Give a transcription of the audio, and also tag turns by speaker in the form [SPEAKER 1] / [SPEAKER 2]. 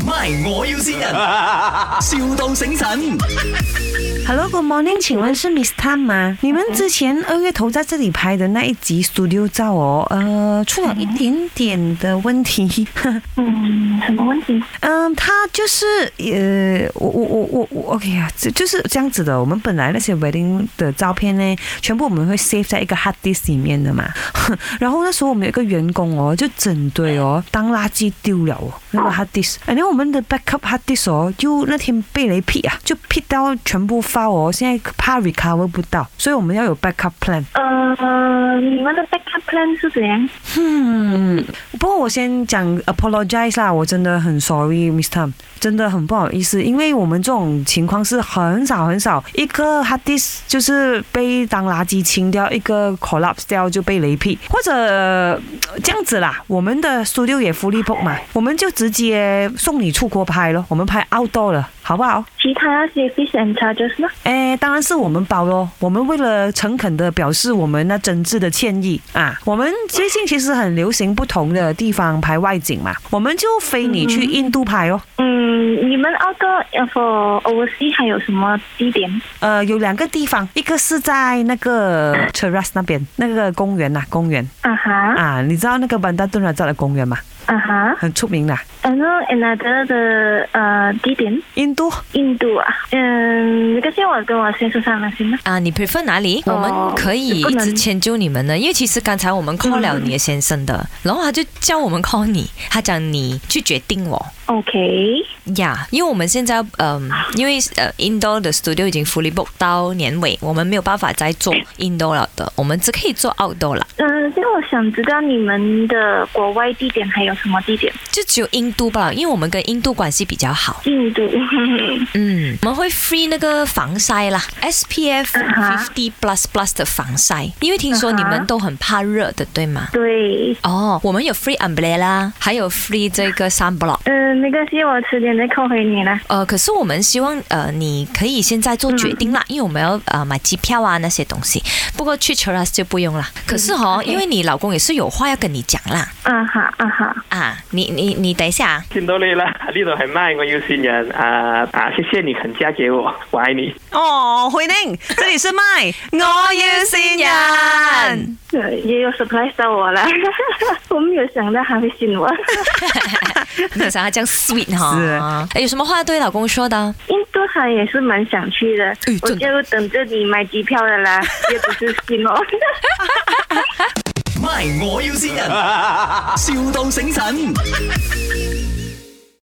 [SPEAKER 1] My，我要先人，, 笑到醒神。
[SPEAKER 2] Hello，Good morning，请问是 Miss Tan 吗？你们之前二月头在这里拍的那一集 studio 照哦，呃，出了一点点的问题，
[SPEAKER 3] 嗯，什么问题？
[SPEAKER 2] 嗯，他就是呃，我我我我我 OK 啊，这就是这样子的。我们本来那些 wedding 的照片呢，全部我们会 save 在一个 hard disk 里面的嘛。 然后那时候我们有一个员工哦，就整堆哦当垃圾丢了哦，那个 hard disk。然后我们的 backup hard disk 哦，就那天被雷劈啊，就劈到全部 f 哦，现在怕 recover 不到，所以我们要有 backup plan。
[SPEAKER 3] 呃，你们的 backup plan 是怎样？
[SPEAKER 2] 嗯，不过我先讲 apologize 啦，我真的很 sorry，Mr. Tam，真的很不好意思，因为我们这种情况是很少很少，一个 hard disk 就是被当垃圾清掉，一个 collapse 掉就被雷劈，或者、呃这样子啦，我们的 studio 也福利 book 嘛，我们就直接送你出国拍咯，我们拍 outdoor 了，好不好？
[SPEAKER 3] 其他那些 fees and charges 呢？
[SPEAKER 2] 哎，当然是我们包咯。我们为了诚恳的表示我们那真挚的歉意啊，我们最近其实很流行不同的地方拍外景嘛，我们就飞你去印度拍哦。
[SPEAKER 3] 嗯，你们 outdoor for oversea 还有什么地点？
[SPEAKER 2] 呃，有两个地方，一个是在那个 Cheras 那边那个公园呐、公园
[SPEAKER 3] 啊哈，
[SPEAKER 2] 啊，你知道那个班达顿拉扎的公园吗？
[SPEAKER 3] 啊哈。
[SPEAKER 2] 很出名的，
[SPEAKER 3] 然后 another 的呃地点，
[SPEAKER 2] 印度。
[SPEAKER 3] 印度啊。嗯，你个先我跟我先说上来行吗？
[SPEAKER 4] 啊，你 prefer 哪里？
[SPEAKER 3] 哦
[SPEAKER 4] 我们可以一
[SPEAKER 3] 不
[SPEAKER 4] 直
[SPEAKER 3] 能
[SPEAKER 4] 迁就你们呢，因为其实刚才我们 call 了你的先生的，然后他就叫我们 call 你，他讲你去决定我。
[SPEAKER 3] OK，
[SPEAKER 4] 呀因为我们现在嗯、因为呃 indoor 的 studio 已经 fully book 到年尾，我们没有办法再做 indoor 了的，我们只可以做 outdoor 了，
[SPEAKER 3] 嗯，这个我想知道你们的国外地点还有什么地点？
[SPEAKER 4] 就只有印度吧，因为我们跟印度关系比较好。
[SPEAKER 3] 印度，
[SPEAKER 4] 嗯，我们会 free 那个防晒啦，SPF
[SPEAKER 3] 嗯哼
[SPEAKER 4] 50 plus plus 的防晒，因为听说
[SPEAKER 3] 嗯哼
[SPEAKER 4] 你们都很怕热的，对吗？
[SPEAKER 3] 对。
[SPEAKER 4] 哦，我们有 free umbrella，还有 free 这个 sunblock。
[SPEAKER 3] 嗯，没关系，我迟点再扣回你啦。
[SPEAKER 4] 呃，可是我们希望呃，你可以现在做决定啦，因为我们要呃买机票啊那些东西。不过去 Cheras 就不用啦。可是哦，
[SPEAKER 3] OK
[SPEAKER 4] 因为你老公也是有话要跟你讲啦
[SPEAKER 3] 啊哈啊哈。
[SPEAKER 4] 啊，你你你等一下啊，
[SPEAKER 5] 見到你啦，呢度係咪我要線人啊啊！謝謝你肯嫁給我，我愛你。
[SPEAKER 2] 哦，慧玲，这里是麦，我要新人。
[SPEAKER 3] 呃也有 surprise 到我了， 我没有想到他会信我。
[SPEAKER 4] 你想他这样 sweet 哈、哦，哎有什么话对老公说的？
[SPEAKER 3] 印度他也是蛮想去的，我
[SPEAKER 4] 真
[SPEAKER 3] 就等着你买机票的啦，也不是信我。
[SPEAKER 1] My，我要先人，,笑到醒神。